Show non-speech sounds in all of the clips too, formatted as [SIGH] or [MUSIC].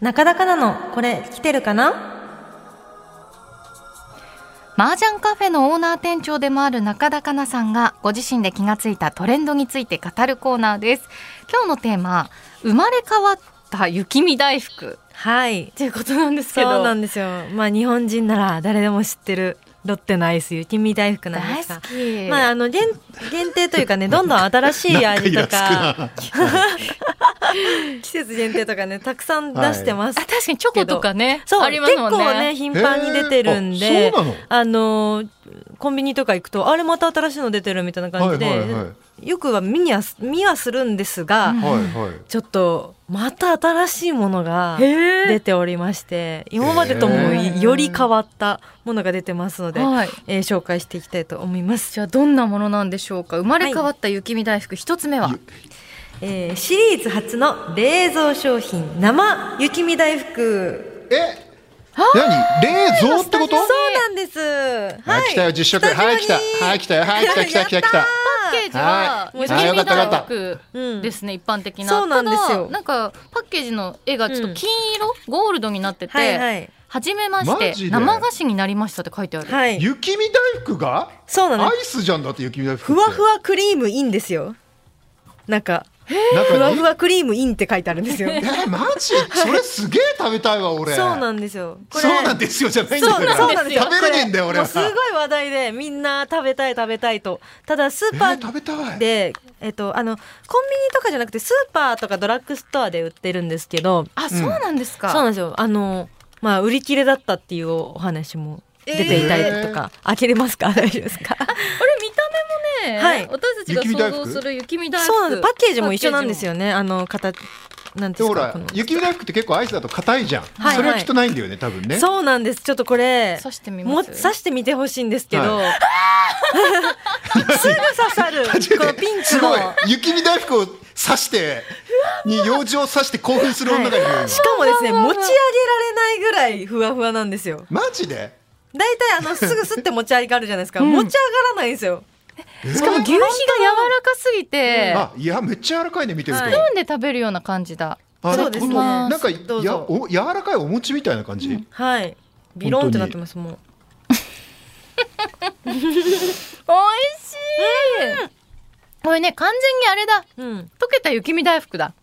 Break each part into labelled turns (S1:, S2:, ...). S1: 中田かなの、これ、来てるかな
S2: 麻雀カフェのオーナー店長でもある中田香奈さんがご自身で気がついたトレンドについて語るコーナーです今日のテーマ生まれ変わった雪見大福
S1: はい。
S2: ということなんですけ
S1: そ
S2: ど
S1: うなんですよ。まあ、日本人なら誰でも知ってる、ロッテのアイス、雪見大福なんで
S2: 大
S1: すが
S2: 好。き、
S1: まあ、あの限限定というかねどんどん新 [LAUGHS] しい味とか
S3: なんかイラつく
S1: 季節限定とかねたくさん出してます、
S2: あ確かにチョコとかね
S1: そう
S2: あります
S1: 結
S2: もんね
S1: 構ね頻繁に出てるん
S3: へ
S1: で
S3: ーあそうなの
S1: あのコンビニとか行くとあれまた新しいの出てるみたいな感じで、
S3: はいはいは
S1: よくは見には見はするんですが、
S2: うん
S3: なはいはい
S1: ちょっとまた新しいものが
S2: へー
S1: 出ておりまして今までとも
S2: へー
S1: より変わったものが出てますので、
S2: はい
S1: えー紹介していきたいと思います、
S2: じゃあどんなものなんでしょうか生まれ変わった雪見大福一つ目は、
S1: えーシリーズ初の冷蔵商品生雪見大福
S3: え何冷蔵ってこと
S1: そうなんです
S3: はい来たよ実食はい来たはい来たよはい来た来た来た来た
S2: パッケージは
S3: はい
S2: 雪
S1: はい
S2: 見
S1: よかったよか
S2: 大
S3: っ
S2: 福
S1: うん
S2: ですね、一般的な
S1: そうなんですよ
S2: ただなんかパッケージの絵がちょっと金色、ゴールドになってて、
S1: はいはい
S2: 初めまし
S3: マジ
S2: て
S3: で
S2: 生菓子になりましたって書いてある、
S1: はい
S3: 雪見大福が
S1: そうなの
S3: アイスじゃんだって雪見大
S1: ふ
S3: 福って
S1: わふわクリームインですよなんかふ
S3: 中に
S1: わふわクリームインって書いてあるんですよ
S3: えーマジそれすげえ食べたいわ
S1: そ
S3: 俺
S1: うなんですよこれ
S3: そうなんですよじゃないんだ
S1: そう
S3: よ
S1: そうなんですよ
S3: 食べれねえんだよ
S1: これも
S3: 俺は
S1: うすごい話題でみんな食べたい食べたいとただスーパ
S3: えー食べた
S1: ー
S3: い
S1: でえっとあのコンビニとかじゃなくてスーパーとかドラッグストアで売ってるんですけど
S2: あそうなんですか、
S1: そうなんですよあのまあ売り切れだったっていうお話も出ていたりとか、開けれますか大丈夫ですか
S2: これ見た目もね、
S1: はい
S2: 私たちが想像する雪見大福
S1: そうなんですパッケージも一緒なんですよねあの形なんて
S3: で
S1: いうんで
S3: ほ
S1: すからこの
S3: 雪見大福って結構アイスだと硬いじゃん、
S1: はい
S3: それはきっとないんだよね多分ね
S1: そうなんです。ちょっとこれ、
S2: 刺してみ
S1: も
S2: ま
S1: う
S2: す
S1: 刺してみてほしいんですけど、
S3: は
S1: [LAUGHS] すぐ刺さる。こ
S3: [LAUGHS] 初めて
S1: のピンク
S3: す
S1: の
S3: ご。い雪見大福を刺してに用事を刺して興奮する女がいるよ、今
S1: しかもですね、持ち上げられないぐらいふわふわなんですよ。
S3: マジで
S1: 大体あの、すぐすって持ち上がるじゃないですか。持ち上がらないんですよ。
S3: し
S2: しかも牛皮が柔らかすぎて、
S3: あいやめっちゃ柔らかいね見てると、
S1: はい
S2: 飲んで食べるような感じだ
S3: あ
S1: そうですね
S3: なんか
S1: どう
S3: や
S1: ぞ
S3: お柔らかいお餅みたいな感 [LAUGHS] じ、
S1: はい。ビロンってなってます、もう。
S2: 美味しい、これね完全にあれだ
S1: うん。
S2: 溶けた雪見大福だ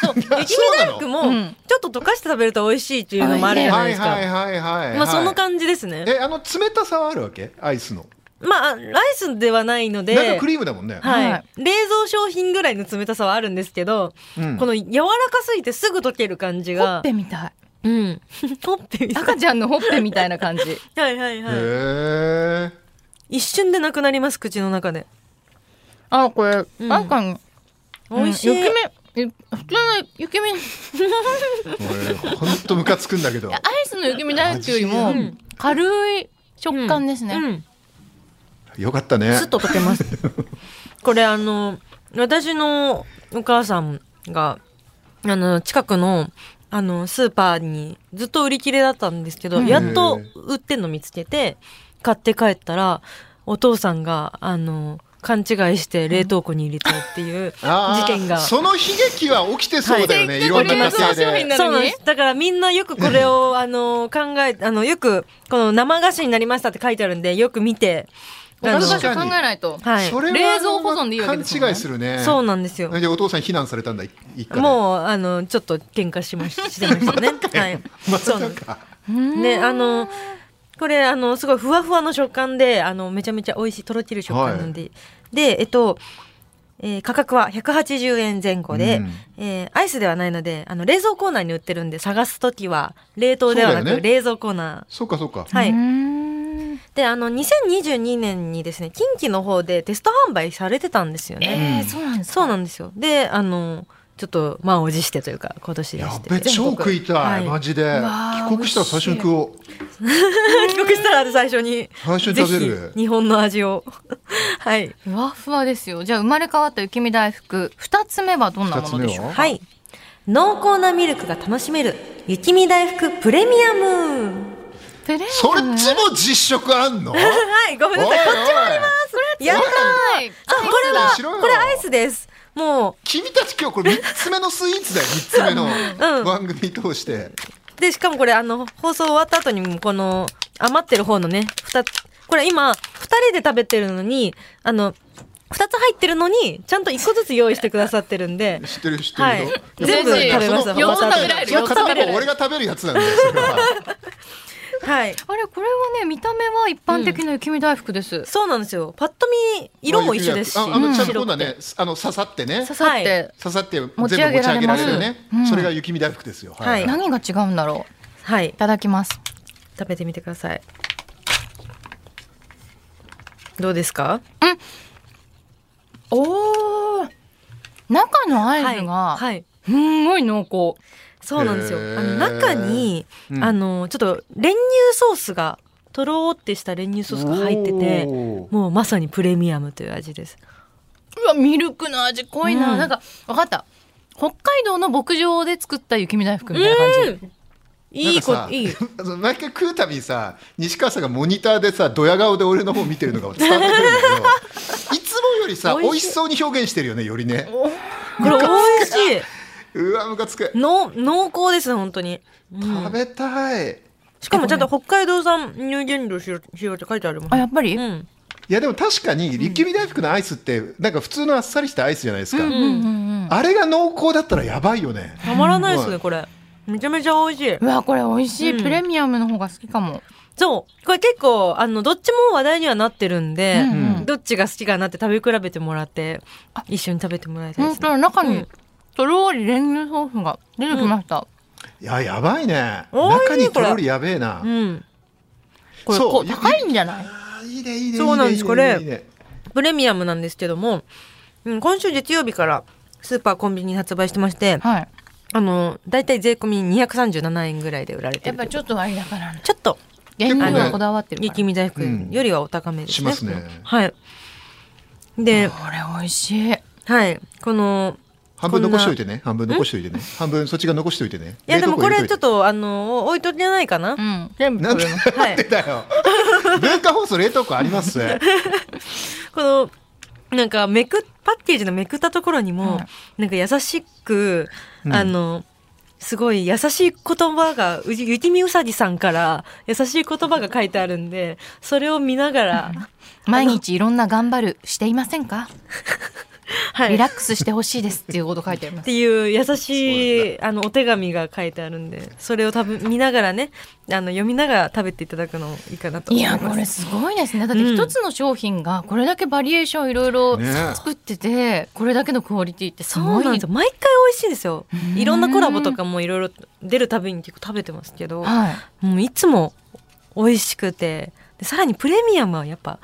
S1: そう、雪見
S3: そうな
S1: 大
S3: の
S1: 福
S2: う
S1: も
S2: ん、
S1: ちょっと溶かして食べると美味しいっていうのもあるじゃない
S3: はい
S1: ですか。
S3: はいはいはい、はい、
S1: まあ、その感じですね。
S3: えあの冷たさはあるわけアイスの
S1: まあ、ライスではないので。
S3: 中クリームだもんね、
S1: はい、
S2: はい
S1: 冷蔵商品ぐらいの冷たさはあるんですけど、
S3: うん
S1: この柔らかすぎてすぐ溶ける感じ
S2: ほっ
S1: が
S2: ぺみたい
S1: うん
S2: [LAUGHS]
S1: ほっぺみたい
S2: 赤ちゃんのほっぺみたいな感じ
S1: はいはい
S3: へ
S1: は
S3: え
S1: い一瞬でなくなります口の中で
S2: あこれ、
S1: うん
S2: なんかね
S1: 美味しい、
S2: うん雪見ゆ普通の雪見
S3: 俺ほんとムカつくんだけど
S2: アイスの雪見大福より
S3: う
S2: も
S1: ん
S2: 軽い食感ですね、
S1: うん
S3: よかったね
S1: すっと溶け
S3: [LAUGHS]
S1: ますこれあの私のお母さんがあの近くのあのスーパーにずっと売り切れだったんですけど、
S2: うん
S1: やっと売ってんの見つけて買って帰ったらお父さんがあの勘違いして冷凍庫に入れたっていう
S3: あ
S1: 事
S3: ー
S1: 件が。
S3: その悲劇は起きてそうだよね、
S2: はい
S3: い、ろんな家庭
S2: これ
S3: で
S2: も
S1: そうなんです。だからみんなよくこれを、あの、考え、あの、よく、この生菓子になりましたって書いてあるんで、よく見て、
S2: お菓子
S3: 確かに
S2: 考えないと
S1: はい。
S3: それは
S2: 冷蔵保存でいいわけですもんね
S3: 勘違いするね
S1: そうなんですよ。
S3: でお父さん非難されたんだい一回う
S1: もうあのちょっと喧嘩しまししてま
S3: [LAUGHS]
S1: したね。はい。
S3: ま
S1: そ
S3: さ
S1: うなんです
S3: か
S1: ねあのこれあのすごいふわふわの食感であのめちゃめちゃ美味しいとろける食感なんで、でえっと、えー価格は180円前後で、
S3: うん
S1: えーアイスではないのであの冷蔵コーナーに売ってるんで探す時は冷凍ではな
S3: そう
S1: く、
S3: だよね
S1: 冷蔵コーナ
S3: そうかそうか
S1: ー。は
S2: う
S1: い
S2: ー、ん
S1: であの2022年にですね近畿の方でテスト販売されてたんですよね。
S2: えー、
S3: うん
S2: そうなんですか
S1: そうなんですよ。で、あの、ちょっと満を持してというか、今年で
S3: や
S1: し。
S3: ってべ
S1: 全
S3: 超
S1: 国
S3: 食いたい、
S1: は
S3: マジで
S2: わー
S3: 帰国したら最初に食おう
S1: 帰国したら最初に。
S3: 最初に食べる
S1: ぜひ日本の味を。 [LAUGHS] はい。
S2: ふわふわですよじゃあ生まれ変わった雪見大福二つ目はどんなものでしょう
S3: 二つ目は
S1: はい。濃厚なミルクが楽しめる雪見大福プレミア [LAUGHS] ム。
S2: プレミ
S3: そっ
S2: アム
S3: ちも実食
S2: [LAUGHS]
S3: あんの
S1: はい、ごめんなさい。こっちもあります。やった
S2: はい
S1: これは
S3: 白いの
S1: これアイスです。も
S3: 君たち今日これ3つ目のスイーツだよ3つ目
S1: うん
S3: の番組通して、
S1: う、で、しかもこれ、あの、放送終わった後にも、この、余ってる方のね、二つ、これ今、二人で食べてるのに、あの、二つ入ってるのに、ちゃんと一個ずつ用意してくださってるん
S3: [LAUGHS]
S1: で、
S3: 知ってる知ってるよ、
S1: はい全部食べました
S3: その
S2: 四つ食べられる
S3: その片
S2: 四つ食べられ
S3: 方
S2: る
S3: 俺が食べるやつなんだよそれは
S1: はい。
S2: あれこれはね見た目は一般的な雪見大福です、
S1: そうなんですよ。パッと見、色も一緒ですし。
S3: ああのちゃんと
S1: 白
S3: 今
S1: く
S3: 度
S1: て
S3: はねあの刺さってね
S2: 刺さって、
S1: は
S3: 刺さって全部
S2: 持
S3: 持
S2: ち
S3: ち
S2: 上
S3: 上
S2: げ
S3: げ
S2: ら
S3: ら
S2: れ
S3: れ
S2: ます
S3: るね、
S2: うん
S3: それが雪見大福ですよ
S1: はい
S2: 何が違うんだろう
S1: はい
S2: い。ただきます
S1: 食べてみてください。どうですか
S2: おお中のアイスが
S1: はいはい。
S2: すんごい濃厚
S1: そうなんですよ。
S3: へー
S1: あの中に、
S3: うん
S1: あの、ちょっと練乳ソースが、とろーってした練乳ソースが入ってて、
S3: おー
S1: もうまさにプレミアムという味です。
S2: うわミルクの味濃いな、
S1: うん
S2: なんかわかった北海道の牧場で作った雪見大福みたいな感じ、
S1: いいこ
S3: なんかさ
S1: と、いい。
S3: [LAUGHS] あの毎回食うたびにさ西川さんがモニターでさドヤ顔で俺の方見てるのが伝わってくるんだ
S1: [LAUGHS]
S3: けどいつもよりさ
S1: 美
S3: 美
S1: 味
S3: 味
S1: しい
S3: しそうに表現してるよねよりね
S1: これ美味し
S3: うわムカつく
S1: い。の、濃厚です、本当に。うん
S3: 食べたい
S1: しかもちゃんと北海道産乳原料使用使用って書いてあるもん。
S2: あやっぱり、
S1: うん。
S3: いやでも確かに雪見大福のアイスってなんか普通のあっさりしたアイスじゃないですか、
S2: うんうん
S3: あれが濃厚だったらやばいよね
S1: たまらないです
S3: う
S1: ね、
S3: ん
S1: これ。めちゃめちゃ美味しい。
S2: うん、うわこれ美味しい、
S1: うん
S2: プレミアムの方が好きかも、
S1: そう。これ結構、あの、どっちも話題にはなってるんで、
S2: うんうん
S1: どっちが好きかなって食べ比べてもらって、一緒に食べてもらいたい
S2: 本
S1: ですね。
S2: 当に中
S1: う
S2: に
S1: ん
S2: とろり練乳ソースが出てきました、
S3: いややばいね
S1: おーい
S3: 中
S1: い
S3: に
S1: ねことれ
S3: ろりやべえな、
S1: うん。
S2: これ
S3: そう
S2: こう高いんじゃない
S3: あーいいねいいね
S1: そうなんです
S3: いいね
S1: これ
S3: いいね
S1: プレミアムなんですけども、うん、今週月曜日からスーパーコンビニに発売してまして、
S2: はい
S1: あの、だいたい税込み237円ぐらいで売られて
S2: や
S1: る
S2: っぱ
S1: という。
S2: ちょっと割高なんだ
S1: ちょっと、
S2: 原
S3: 構
S2: 料
S3: ね
S2: がこだわってるか
S1: 雪
S2: ら
S1: 見大福よりはお高めですね。
S3: うんしますね
S1: はい。で、
S2: これ美味しい
S1: はい。この、
S3: 半分残しておいてね半分残しておいてね半分そっちが残しておいてね
S1: いやでもこれちょっ
S3: と
S1: と、あの、置いとけないかな、
S2: うん全部
S3: なん
S2: 取
S3: で
S2: れます
S1: は
S3: なん
S1: い
S3: でだよ文化放送冷凍庫ありますね
S1: このなんかめくパッケージのめくったところにも、
S2: はい
S1: なんか優しく、
S3: うん
S1: あのすごい優しい言葉がうじ雪見うさぎさんから優しい言葉が書いてあるんでそれを見ながら、
S2: 毎日いろんな頑張るしていませんか
S1: はい、
S2: リ
S1: っ
S2: ラックスしてほしいですっていうこと書いてあ
S1: [LAUGHS]
S2: ります
S1: ていう優しいあのお手紙が書いてあるんでそれを多分見ながらねあの読みながら食べていただくのもいいかなと
S2: い
S1: 思いま
S2: や
S1: す
S2: これすごいですねだって一つの商品がこれだけバリエーションいろいろ
S3: ね
S2: 作っててこれだけのクオリティってす
S1: そ
S2: ご
S1: う
S2: い
S1: なんですよ毎回美味しいんですよ
S2: うん
S1: いろんなコラボとかもいろいろ出るたびに結構食べてますけど
S2: はい
S1: もういつも美味しくてでさらにプレミアムはやっぱ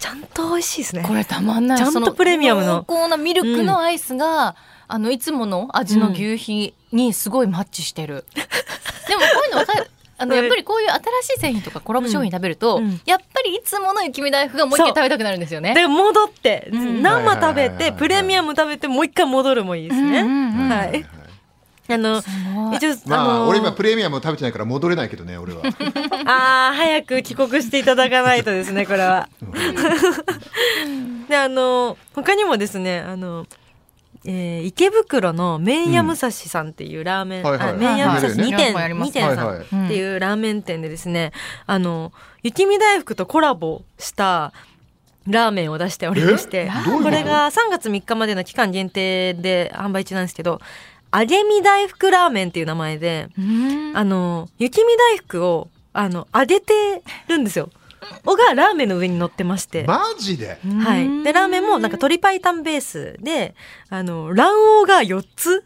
S1: ちゃんと美味しいですね
S2: これたまんない
S1: ちゃんと
S2: その
S1: プレミアムの
S2: 濃厚なミルクのアイスが、あのいつもの味の牛皮にすごいマッチしてる、
S1: [LAUGHS]
S2: でもこういうのわかるあの
S1: これ
S2: やっぱりこういう新しい製品とかコラボ商品食べると、
S1: うんうん
S2: やっぱりいつもの雪見大福がもう一回
S1: そう
S2: 食べたくなるんですよね。
S1: で戻って、
S2: うん
S1: 生食べ
S3: はいはいはい
S1: て
S3: はい
S1: プレミアム食べてもう一回戻るもいいですね、
S2: うんうんうん
S1: はいあの
S2: すごい
S1: 一応
S3: まあ、
S1: あの
S3: 俺今プレミアムを食べてないから戻れないけどね俺は
S1: [LAUGHS] あー早く帰国していただかないとですねこれは。 [LAUGHS] であの他にもですねあの、えー池袋の麺屋武蔵さんっていうラーメン、
S3: はいはい
S1: あ麺屋武蔵
S3: はいはい
S1: 2店、
S2: はいはい
S1: 二店さ
S3: はい
S1: ん
S3: はい
S1: っていうラーメン店でですねあの雪見大福とコラボしたラーメンを出しておりまして
S3: えどういうこと
S1: これが3月3日までの期間限定で販売中なんですけど揚げ身大福ラーメンっていう名前で
S2: うん
S1: あの、雪見大福を、あの、揚げてるんですよ。おがラーメンの上に乗ってまして。は
S3: マジで
S1: い。で、ラーメンもなんか鶏白湯ベースで、あの、卵黄が4つ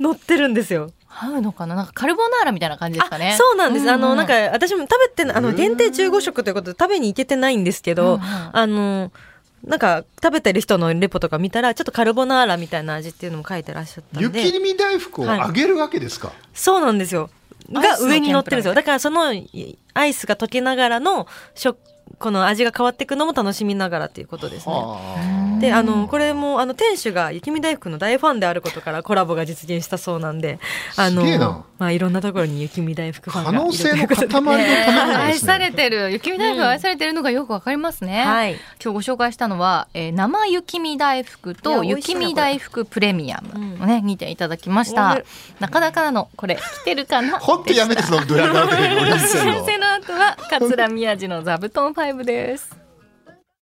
S1: 乗ってるんですよ。
S2: 合うのかななんかカルボナーラみたいな感じですかね
S1: あ、そうなんです。あの、なんか
S2: う
S1: 私も食べてな、あ
S3: う
S1: の、
S3: ん
S1: 限定15食ということで食べに行けてないんですけど、
S2: うんうん
S1: あの、なんか食べてる人のレポとか見たら、ちょっとカルボナーラみたいな味っていうのも書いてらっしゃったんで。
S3: 雪見大福を
S1: はい
S3: あげるわけですか、
S1: そうなんですよ。
S2: アイ
S1: が
S2: スの
S1: 上に乗ってるんですよ。
S2: 天ぷらみたい
S1: だからそのいアイスが溶けながらの食この味が変わっていくのも楽しみながらということですね。
S3: は
S1: であのこれもあの店主が雪見大福の大ファンであることからコラボが実現したそうなんであの
S3: すげえな
S1: まあ、いろんなところに雪見大福ファンが
S3: あ可
S1: いる
S3: 能性
S1: とい
S3: の塊の
S1: うこと
S3: た
S1: で
S3: まりのためなんで
S2: 愛
S3: す
S2: さ
S3: ね
S2: れてる雪見大福が愛されてるのがよくわかりますね、
S1: はい、
S2: 今日ご紹介したのは、えー生雪見大福
S1: いや
S2: と
S1: 美味しい
S2: 雪
S1: な
S2: 見大福プレミアムをね、見ていただきまし
S1: う
S2: た
S1: ん
S2: なかなかのこれ来てるかな
S3: 本
S2: [LAUGHS]
S3: 当やめてそのドヤ顔で俺にするの
S2: 完成の後は桂宮治の座布団ファイブです